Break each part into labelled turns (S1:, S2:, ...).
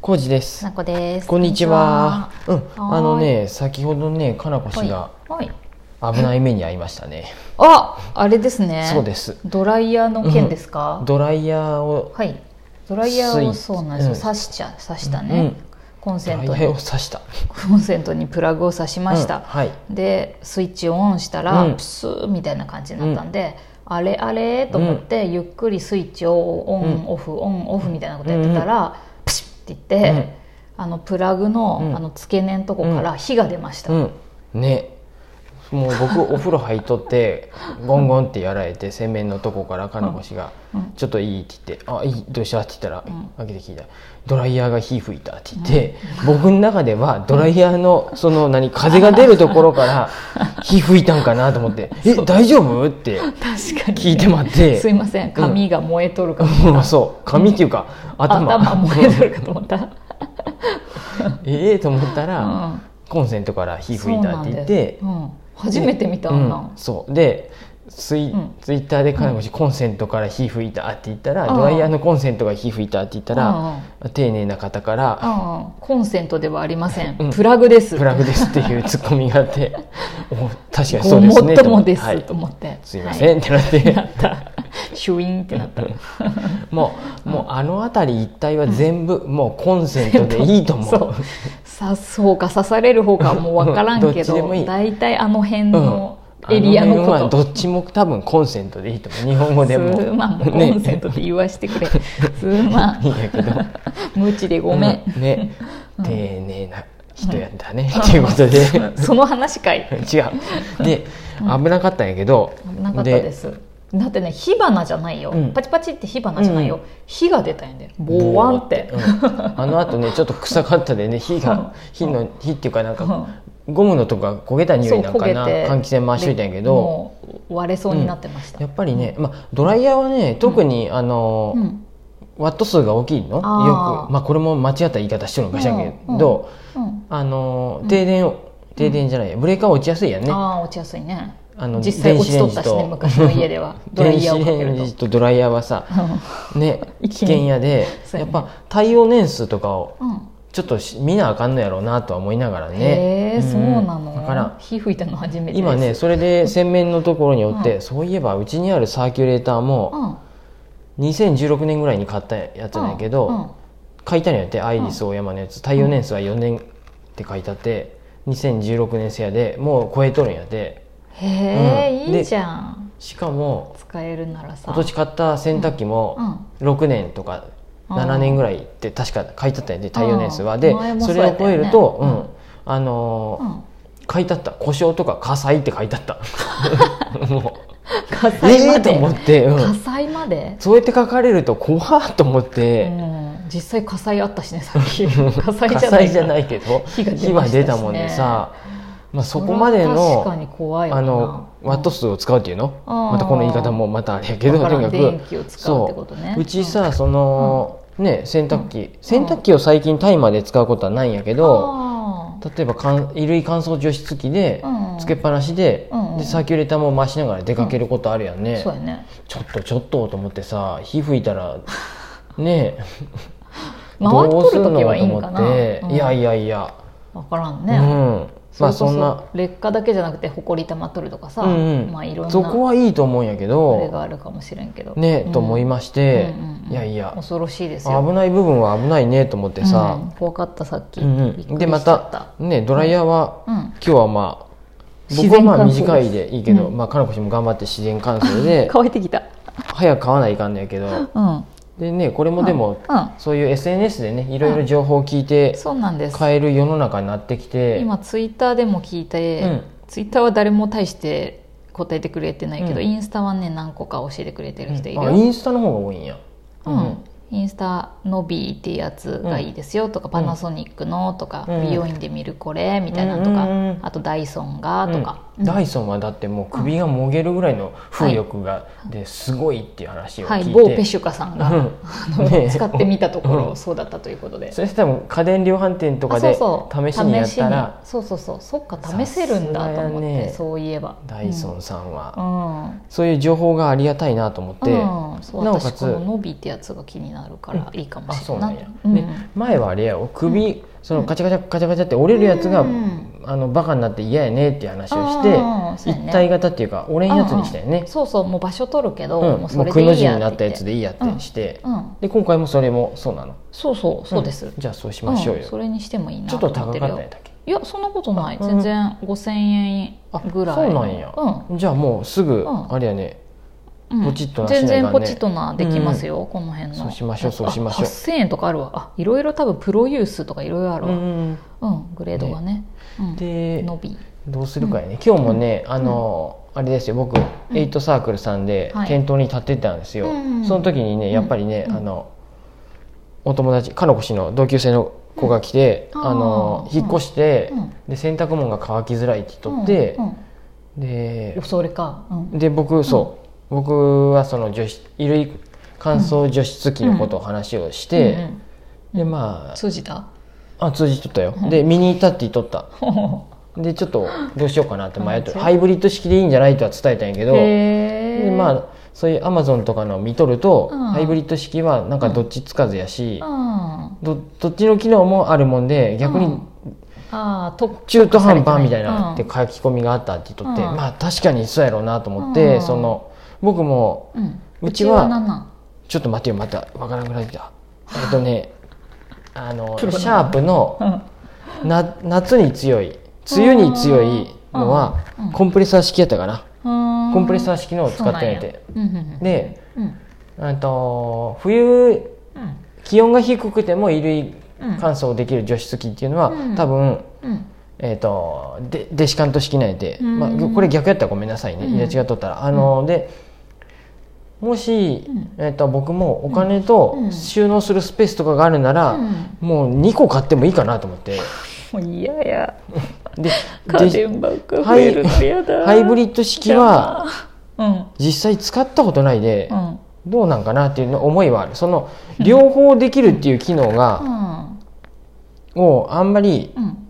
S1: コウジです
S2: な。こです。
S1: こんにちは。うん、
S2: はーい
S1: あのね、先ほどね、かなこ
S2: こん
S1: 氏
S2: にち
S1: が
S2: は。はい。はい
S1: 危ない目に遭いましたね。
S2: あ、あれですね。
S1: そうです。
S2: ドライヤーの件ですか。
S1: ドライヤーを、
S2: はい。ドライヤーを
S1: スイッ
S2: そうなんですよ。
S1: うん
S2: 刺しちゃ刺した
S1: う
S2: ね
S1: ん。
S2: コン
S1: ド
S2: セ
S1: ラ
S2: ン
S1: イ
S2: ト
S1: ヤーを
S2: に
S1: 刺した。
S2: コンセントにプラグを刺しまし
S1: うん
S2: た。
S1: はい。
S2: でスイッチをオンしたら、
S1: うん
S2: プスーみたいな感じになったんで、あれあれと思って、ゆっくりスイッチをオン、
S1: うん
S2: オフオンオフみたいなことやってたら、プシュって言って、あのプラグの,、
S1: うん
S2: あの付け根のとこから火が出ました、
S1: うん。ね。もう僕お風呂入っとってゴンゴンってやられて洗面のとこからかなこ氏が
S2: う
S1: 「
S2: ん
S1: ちょっといい」って言って「あいいどうした?」って言ったら
S2: うん
S1: 開けて聞いたら「ドライヤーが火吹いた」って言って僕の中ではドライヤーのその何風が出るところ から火吹いたんかなと思って「え大丈夫?」って
S2: 確かに
S1: 聞いて待って
S2: すいません髪が燃えとるかも、
S1: もうそう髪っていうか頭
S2: 燃えとるかと思った、
S1: ええと思ったら、
S2: うん
S1: コンセントから火吹いたって言っ
S2: そうなんで
S1: て
S2: すうん、初めて見たあんなん
S1: うん、そうでツイ,、
S2: うん
S1: ツイッターで金子氏、コンセントから火吹いたって言ったら、
S2: うん
S1: ドライヤーのコンセントが火吹いたって言ったら、丁寧な方から、
S2: うんうんコンセントではありません、
S1: うん
S2: プラグです
S1: プラグですっていうツッコミがあ ってお確かにそ
S2: ご
S1: うで
S2: も
S1: す
S2: っ
S1: ね
S2: ともです、
S1: はい
S2: と思って
S1: すいません、ってなっ
S2: はいな
S1: て
S2: ったシュイーンってなった
S1: もうもうあの辺り一帯は全部、もうコンセントでいいと思
S2: そう
S1: う
S2: 刺す方か刺される方かもう分からんけ
S1: どっちでもい
S2: ど
S1: い
S2: 大体あの辺の
S1: うん
S2: エリアの
S1: あ辺
S2: こ
S1: は
S2: と、
S1: どっちも多分コンセントでいいと思う日本語
S2: ス
S1: でも
S2: ーマンもコンセ ントで言わしてくれ、スーマ
S1: いい
S2: ン
S1: んやけど
S2: 無知でごめん
S1: う、ね丁寧な人やったね、っていうことで
S2: その話かい
S1: 違うで危なかったんやけど
S2: 危なかったですだってね火花じゃないよ、
S1: うん
S2: パチパチって火花じゃないよ、
S1: うん
S2: 火が出たんやでボワンって
S1: ボワンってうんあのあとねちょっと臭かったでね火が火の火っていうかなんかゴムのとこが焦げた匂いなんかな換気扇回しといたんやけ
S2: で
S1: ど
S2: もう割れそうになってました、
S1: やっぱりね、まあ、ドライヤーはね特に、あの、
S2: うん
S1: ワット数が大きいのよく
S2: あー
S1: まあ、これも間違った言い方してるのかしらんけど、
S2: うん
S1: あの停電、停電じゃないブレーカー落ちやすいやんね、
S2: ああ落ちやすいね
S1: あの
S2: 実際落ちとったし
S1: 電子レンジ
S2: ね
S1: と
S2: 昔の家ではドラ
S1: 電
S2: イヤー
S1: 子
S2: をかけ
S1: レン
S2: る
S1: ジとドライヤーはさ、ね、
S2: い
S1: 危
S2: きなり
S1: 険やで
S2: そう
S1: や
S2: や
S1: っ
S2: ね
S1: ぱ対応年数とかを
S2: と、うん
S1: ちょっとし見なあかんのやろうなとは思いながらね
S2: へえ、そうなの
S1: だから
S2: 火吹いたの初めてです
S1: 今ねそれで洗面のところにおって、
S2: う
S1: そういえばうちにあるサーキュレーター
S2: う
S1: も
S2: ん
S1: 2016年ぐらいに買ったやつなんやけど、
S2: うん
S1: 書いたのやってアイリスオーヤマのやつ耐用年数は4年って書いてあって2016年製やでもう超えとるんやで
S2: へえ、
S1: うん
S2: いいじゃん
S1: しかも
S2: 使えるならさ
S1: 今年買った洗濯機
S2: う
S1: も
S2: ん
S1: 6年とか
S2: うん
S1: 7年ぐらいって確か書いてあったんやで耐用年数は
S2: うん
S1: で
S2: 前も
S1: そ
S2: そう
S1: れ
S2: や
S1: を
S2: った
S1: 超
S2: よ
S1: え
S2: ね
S1: るとうんあの
S2: うん
S1: ー書いてあった故障とか火災って書いてあったも
S2: 火
S1: う
S2: 災
S1: え
S2: ま
S1: えと
S2: で、
S1: 思ってうん
S2: 火災まで、
S1: そうやって書かれると怖っと思っ
S2: う
S1: て
S2: ん、実際火災あったしねさっき火災
S1: 火
S2: じゃない
S1: 災じゃないけど
S2: 火が出ましたしね
S1: 火は出たもんでさまあそこまで
S2: 確かに
S1: の
S2: 怖いよな
S1: あのワット数を使うっていうの
S2: あー
S1: またこの言い方もまたあれやけど
S2: わ
S1: と
S2: から
S1: に
S2: ん
S1: かく
S2: 電気を使うってことね
S1: そううちさそのね洗濯機洗濯機を最近タイマーで使うことはないんやけど
S2: あー
S1: 例えばかん衣類乾燥除湿機で
S2: うん
S1: つけっぱなしで
S2: うん
S1: でサーキュレーターも回しながら出かけることあるやんね
S2: そうやね
S1: ちょっとちょっとと思ってさ火吹いた らねえ
S2: 回っとる時はいいんかな
S1: どうすんのと思って
S2: うん
S1: いやいやいや
S2: 分からん
S1: う
S2: ね、
S1: んまあそんな
S2: 劣化だけじゃなくて埃溜まっとるとかさ、
S1: うんうん
S2: まあいろん
S1: そこ
S2: な
S1: はいいと思うんやけ
S2: あれ
S1: ど
S2: があるかもしれんけど
S1: ねと思いまして
S2: うんうんうん
S1: いやいや
S2: 恐ろしいですよ
S1: 危ない部分は危ないねと思って
S2: うん
S1: さ
S2: 怖かったさっき、
S1: うん
S2: びっ
S1: うん
S2: く
S1: で
S2: り
S1: ま
S2: しちゃった
S1: たねドライヤーは
S2: うん
S1: 今日はまあ
S2: 自
S1: 僕
S2: 然
S1: はまあ
S2: 乾燥です
S1: 短いでいいけど
S2: う
S1: まあかなこ氏も頑張って自然乾燥で
S2: 乾いてきた
S1: 早く買わないかんのやけど
S2: うん
S1: でねこれもでも
S2: うん
S1: そういう SNS でねいろいろ情報を聞いて
S2: そうなんです
S1: 買える世の中になってきて
S2: 今ツイッターでも聞いて、
S1: うん
S2: ツイッターは誰も大して答えてくれてないけど、
S1: うん
S2: インスタはね何個か教えてくれてる人いる
S1: あ
S2: よ、
S1: インスタの方が多いんや
S2: うんインスタのビーっていうやつがいいですよとか、パナソニックのとか、
S1: うん
S2: 美容院で見るこれみたいなのと
S1: うんうんうん
S2: か、あとダイソンがとか、うん
S1: ダイソンはだってもう首がもげるぐらいの風力が、ですごいっていう話を
S2: は
S1: 聞い
S2: い、
S1: て、
S2: 某ペシュカさんが、
S1: うん
S2: あ の
S1: ねえ
S2: 使ってみたところ、
S1: うん
S2: そうだったということ で。
S1: それ多分家電量販店とか
S2: あそう
S1: で
S2: そう
S1: 試しにやったら
S2: 試しにそうそうそうそっか試せるんだと思
S1: さすが
S2: って、
S1: やね
S2: そういえば
S1: ダイソンさんは、
S2: うん、うん
S1: そういう情報がありがたいなと思って、
S2: うん、そう
S1: なおか
S2: 私
S1: つ
S2: この伸びってやつが気になるからいいかも
S1: あ
S2: し
S1: そ
S2: れ
S1: う
S2: な
S1: ないん
S2: な
S1: や、で前はあれやよ首、そのカチャカチャカチャカチャって折れるやつが、
S2: うん
S1: あのバカになって嫌やねっていう話をして、
S2: あーそうやね
S1: 一体型っていうか俺んやつにしたよね、
S2: そうそうもう場所取るけど、
S1: うん
S2: もう
S1: も
S2: そうれ
S1: く
S2: でい
S1: の
S2: い
S1: 字
S2: や
S1: になっ
S2: っ
S1: た
S2: て
S1: や
S2: 言って
S1: つでいいやってして、
S2: うん、
S1: で今回もそれもそうなの
S2: そうそうそうです、
S1: んじゃあそうしましょうよ、
S2: んそれにしてもいいな
S1: ち
S2: と
S1: ょっと
S2: 思っ
S1: 高か
S2: て
S1: った
S2: るよ
S1: んやったっけ
S2: いやそんなことない
S1: うん
S2: 全然5000円
S1: あ
S2: ぐらい
S1: そう
S2: の
S1: なんや、
S2: う
S1: じゃあもうすぐ、
S2: ん
S1: あれやね
S2: うん
S1: ポチッとなしないかん
S2: 全
S1: ね
S2: 然ポチッとなできますよ、この辺の
S1: そうしましょうそうしましょう
S2: あ8000円とかあるわあいろいろ多分プロユースとかいろいろあるわ、うんグレードがねうん、
S1: で
S2: 伸び
S1: どうするかやね、今日もね、あのあれですよ僕、エイトサークルさんで
S2: はい
S1: 店頭に立ってたんですよ、
S2: うん
S1: その時にねやっぱりね、
S2: うん
S1: あのお友達かのこ氏の同級生の子が来て、
S2: うん
S1: あの
S2: あー
S1: 引っ越して、
S2: うん
S1: で洗濯物が乾きづらいって言っとって
S2: うん、うん
S1: で
S2: よそれか、うん
S1: で僕そう、僕はその除湿衣類乾燥除湿機のことを話をして、
S2: うん
S1: でま
S2: 通じた
S1: ああ通じとったよ、で見に行ったって言っと ったでちょっとどうしようかなって迷っとる
S2: うん
S1: ハイブリッド式でいいんじゃないとは伝えたんやけど
S2: へ
S1: で
S2: ー
S1: まあそういうアマゾンとかの見とると、
S2: うん
S1: ハイブリッド式はなんかどっちつかずやし、
S2: うん
S1: どどっちの機能もあるもんで逆
S2: う
S1: に
S2: んあーと
S1: 中途半端みたいな
S2: うん
S1: って書き込みがあったって言っとって、
S2: うん
S1: まあ確かにそうやろうなと思って、
S2: うん
S1: その僕も
S2: うん
S1: うちは
S2: 何なん
S1: ちょっと待てよまたわからんくなってきたえっとねあのシ
S2: プロだな
S1: ャープのな夏に強い梅雨に強いのは
S2: うんうん
S1: コンプレッサー式やったかな、
S2: コ
S1: コンプレッサ
S2: ー
S1: ー式のを使ってないて
S2: うんうんうん
S1: で
S2: うん
S1: あと冬
S2: うん
S1: 気温が低くても衣類
S2: うん
S1: 乾燥できる除湿機っていうのは、
S2: うん
S1: 多分、
S2: うん
S1: えー、とでデシカント式なんやて、
S2: うん
S1: まあ、これ逆やったらごめんなさいね、
S2: うん
S1: いや違っとったらあの、でもし、
S2: うん
S1: えー、と僕もお金と
S2: うん
S1: 収納するスペースとかがあるなら、
S2: うん
S1: もう2個買ってもいいかなと思って
S2: もう嫌や
S1: でで
S2: 家電ばっか増えるの嫌だ
S1: ハイブリッド式は
S2: うん
S1: 実際使ったことないで、
S2: うん
S1: どうなんかなっていうの思いはあるその両方できるっていう機能
S2: う
S1: が、
S2: ん
S1: をあんまり
S2: うん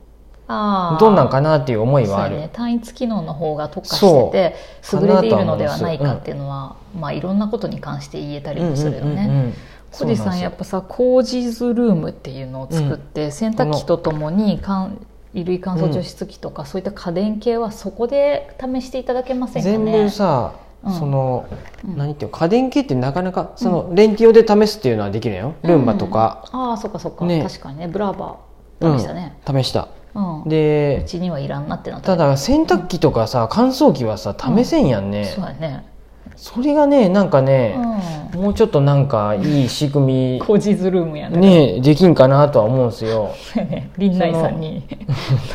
S2: あー
S1: どうなんかなっていう思いはあ
S2: そう
S1: る、
S2: やね、単一機能の方が特化
S1: そ
S2: し
S1: う
S2: てて
S1: かな
S2: 優
S1: とは思います
S2: れているのではないかっていうのは、まあ、いろんなことに関して言えたりもするよね。小路さんやっ
S1: ぱ
S2: ぱさコージーズルームっていうのを作って、洗濯機とともに乾衣類乾燥除湿機とか、そういった家電系はそこで試していただけませんかね
S1: 全部さ、
S2: うん
S1: その、
S2: うん
S1: 何ていうの家電系ってなかなかその、レンティオで試すっていうのはできるよ、ルンバとか、、
S2: うんああそっかそっか、
S1: ね
S2: 確かにねブラバ
S1: う
S2: ー
S1: ん
S2: 試したね、
S1: 試した
S2: うんう
S1: で
S2: ちにはいらんなってなった
S1: た
S2: けど
S1: だ洗濯機とかさ乾燥機はさ試せんやんね、
S2: そうだね、
S1: それがねなんかね、
S2: う
S1: もうちょっとなんかいい仕組
S2: ん、コージーズルームや
S1: み
S2: ね
S1: ねできんかなとは思うんですよ
S2: そうや ね林内さんに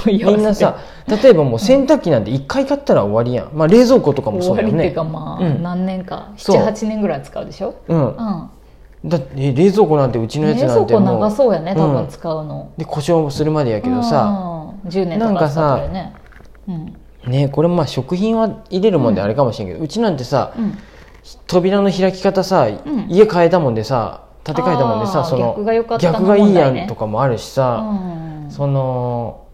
S2: 問い合わせ
S1: み
S2: て
S1: んなさ例えばもう洗濯機なんて1回買ったら終わりやん、まあ、冷蔵庫とかも
S2: 終
S1: そう
S2: わ
S1: だよ
S2: りってい
S1: ね
S2: うかまあ、
S1: うん
S2: 何年か
S1: そう
S2: 78年ぐらい使うでしょ、
S1: うん
S2: うん、
S1: だってえ冷蔵庫なんてうちのやつ
S2: 冷
S1: な
S2: 蔵
S1: んて
S2: 庫
S1: も
S2: 長
S1: う
S2: そうやね多
S1: うん
S2: 分使うの。
S1: で故障するまでやけどさ、
S2: うん、10年とか使ってるねうん
S1: ね、これまあ食品は入れるもんであれかもしれんけど、うちなんてさ
S2: うん
S1: 扉の開き方さ、
S2: ん
S1: 家変えたもんでさ建て替えたもんで
S2: あ
S1: さ
S2: ー
S1: その
S2: 逆が良かったの
S1: 逆
S2: 問
S1: が
S2: 題ね
S1: いいやんとかもあるしさ、
S2: うん
S1: その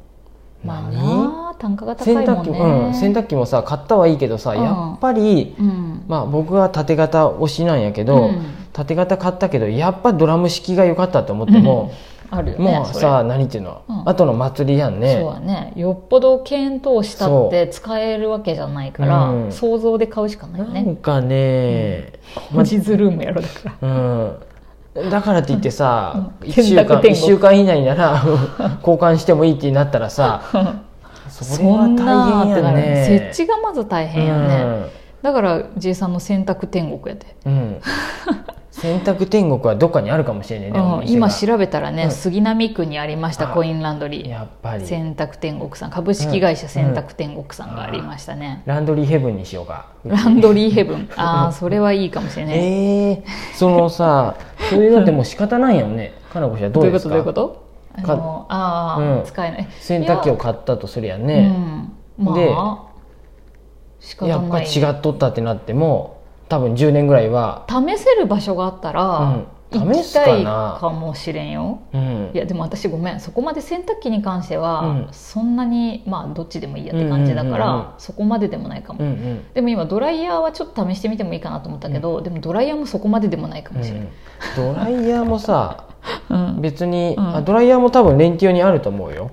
S2: まあ
S1: 何
S2: な単価が高い
S1: 洗
S2: もんね
S1: 濯機も、うん、洗濯機もさ買ったはいいけどさ、
S2: うん
S1: やっぱり、
S2: うん
S1: まあ、僕は縦型推しなんやけど、
S2: うん
S1: 縦型買ったけどやっぱドラム式が良かったと思っても、
S2: あるよね
S1: もうさ、何っていうの、
S2: うん
S1: 後の祭りやん
S2: それ
S1: ね
S2: そうはねよっぽど検討したって使えるわけじゃないから、
S1: うん
S2: 想像で買うしかないよ
S1: なん
S2: ね
S1: かね、
S2: 文字ズルームやろだから
S1: うんだからって言ってさ、
S2: うん
S1: 一週
S2: 洗濯
S1: 間
S2: 天
S1: 一
S2: 国
S1: 週間以内な ら交換してもいいってなったらさそれは大変や
S2: る
S1: ね
S2: 設置がまず大変やね、だから J さんの洗濯天国やで
S1: うん、うん洗濯天国はどっかにあるかもしれないね、お
S2: うん、
S1: 店が
S2: 今調べたらね、
S1: うん
S2: 杉並区にありました
S1: あ
S2: コインランドリー
S1: やっぱり
S2: 洗濯天国さん株式会社洗濯天国さんがありましたね、
S1: ランドリーヘブンにしようか
S2: ランドリーヘブンああそれはいいかもしれない、
S1: ええその さそういうのってもう仕方ないよねかなこちゃんど
S2: ど
S1: う
S2: ういう
S1: で
S2: こ
S1: す
S2: と
S1: か
S2: どういうことあ
S1: か
S2: のあー、
S1: うん
S2: 使えない
S1: 洗濯機を
S2: い
S1: 買ったとするやん
S2: や
S1: ね、
S2: うんまあ仕
S1: や
S2: 方
S1: っぱ
S2: ない
S1: 違っとったってなっても多分10年ぐらいは、
S2: 試せる場所があったら、
S1: うん
S2: 行
S1: 試
S2: き
S1: すか
S2: た
S1: ない
S2: かもしれんよ
S1: うん
S2: い、やでも私ごめんそこまで洗濯機に関しては、
S1: うん
S2: そんなにまあどっちでもいいやって感じだから、
S1: うんうんうん
S2: そこまででもないかも、
S1: うんうん
S2: でも今ドライヤーはちょっと試してみてもいいかなと思ったけど、でもドライヤーもそこまででもないか
S1: う
S2: もしれない、
S1: ん、ドライヤーもさ
S2: うんうん、
S1: 別に、
S2: うん
S1: あドライヤーも多分連休にあると思うよ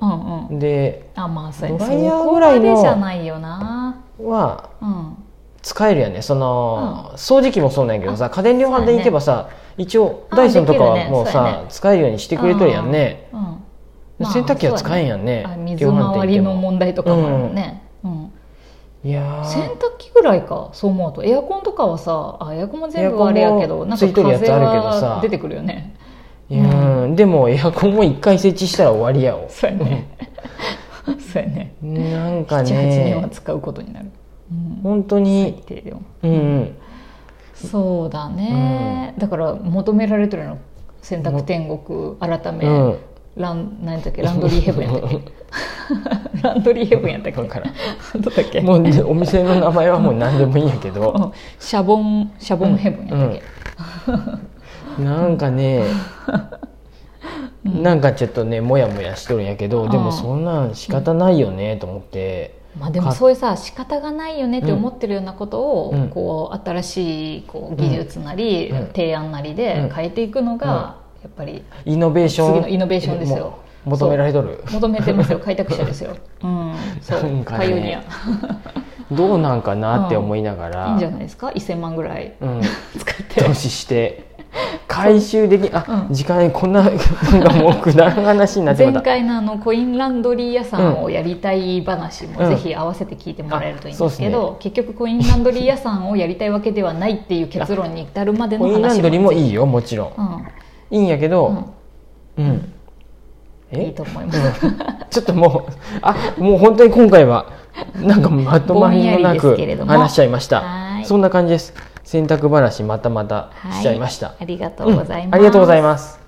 S2: うん
S1: で
S2: あまあそれ
S1: ドライヤ
S2: そ
S1: ー
S2: こ
S1: ぐら
S2: ま
S1: いの
S2: でじゃないよな
S1: は
S2: うん
S1: 使えるやねその、掃除機もそうなんやけどさ家電量販店行けばさ、一応
S2: あ
S1: ダイソンとかはもう
S2: できる
S1: さ
S2: ねそうやね
S1: 使えるようにしてくれとるやんね、
S2: うんまあ
S1: 洗濯機は使えんやんね
S2: あ水回りの問題とかもあるもんね、うん
S1: いやー
S2: 洗濯機ぐらいかそう思うとエアコンとかはさあエアコンも全部あれや
S1: エ
S2: けど
S1: アコンも
S2: なん
S1: つ
S2: か
S1: いとるやつ
S2: 風
S1: あるけどさ
S2: は出てくるよね
S1: うん、でもエアコンも一回設置したら終わりやを
S2: そうやねそうやね
S1: なんか
S2: 18年は
S1: ね
S2: 使うことになる、うん、
S1: 本当
S2: 最
S1: に
S2: 低でも
S1: うんうん
S2: そうだね、だから求められてるの洗濯天国改め、
S1: うん
S2: ラン何やったっけランドリーヘブンやったっけランドリーヘブンやったっけ
S1: だから
S2: どうだっけ
S1: もうねお店の名前はもう何でもいいんやけ ど
S2: うんシャボンシャボンヘブンやったっけ、
S1: なんかね、なんかちょっとねモヤモヤしとるんやけど、で
S2: う
S1: も
S2: ん
S1: そんなん仕方ないよねと思って、
S2: まあ、でも
S1: か
S2: そういうさ仕方がないよねって思ってるようなことを、
S1: うん
S2: こう新しいこう技術なり、
S1: うん
S2: 提案なり
S1: う
S2: で
S1: ん
S2: 変えていくのが、やっぱり
S1: イノベーション
S2: 次のイノベーションですよ
S1: も求められとる
S2: 求め てますよ開拓者ですよ、うん、そう、
S1: なんかね
S2: パイオニア
S1: どうなんかなって思いながら、
S2: いいんじゃないですか1000万ぐらい
S1: うん、
S2: 使って
S1: 投資して回収できあ、
S2: うん
S1: 時間こんななんかもうくだらん話になってま
S2: 前
S1: た
S2: 回のあのコインランドリー屋さんをやりたい話
S1: う
S2: も
S1: ん
S2: ぜひ合わせて聞いてもらえるといいん
S1: あそうっ
S2: で
S1: す
S2: す
S1: ね
S2: けど、結局コインランドリー屋さんをやりたいわけではないっていう結論に至るまでの
S1: コ
S2: 話
S1: インランドリーもい
S2: い、
S1: いよもちろん
S2: う
S1: いいんやけ
S2: ん
S1: どうん、
S2: うん、いい
S1: え
S2: と思います、
S1: ちょっともうあもう本当に今回はなんかまとまりもな
S2: ぼんやりで
S1: く
S2: すけれども
S1: 話しちゃいまし
S2: は
S1: た
S2: ーい
S1: そんな感じです洗濯話またまたしちゃいました、
S2: ありがとうございます、
S1: うんありがとうございます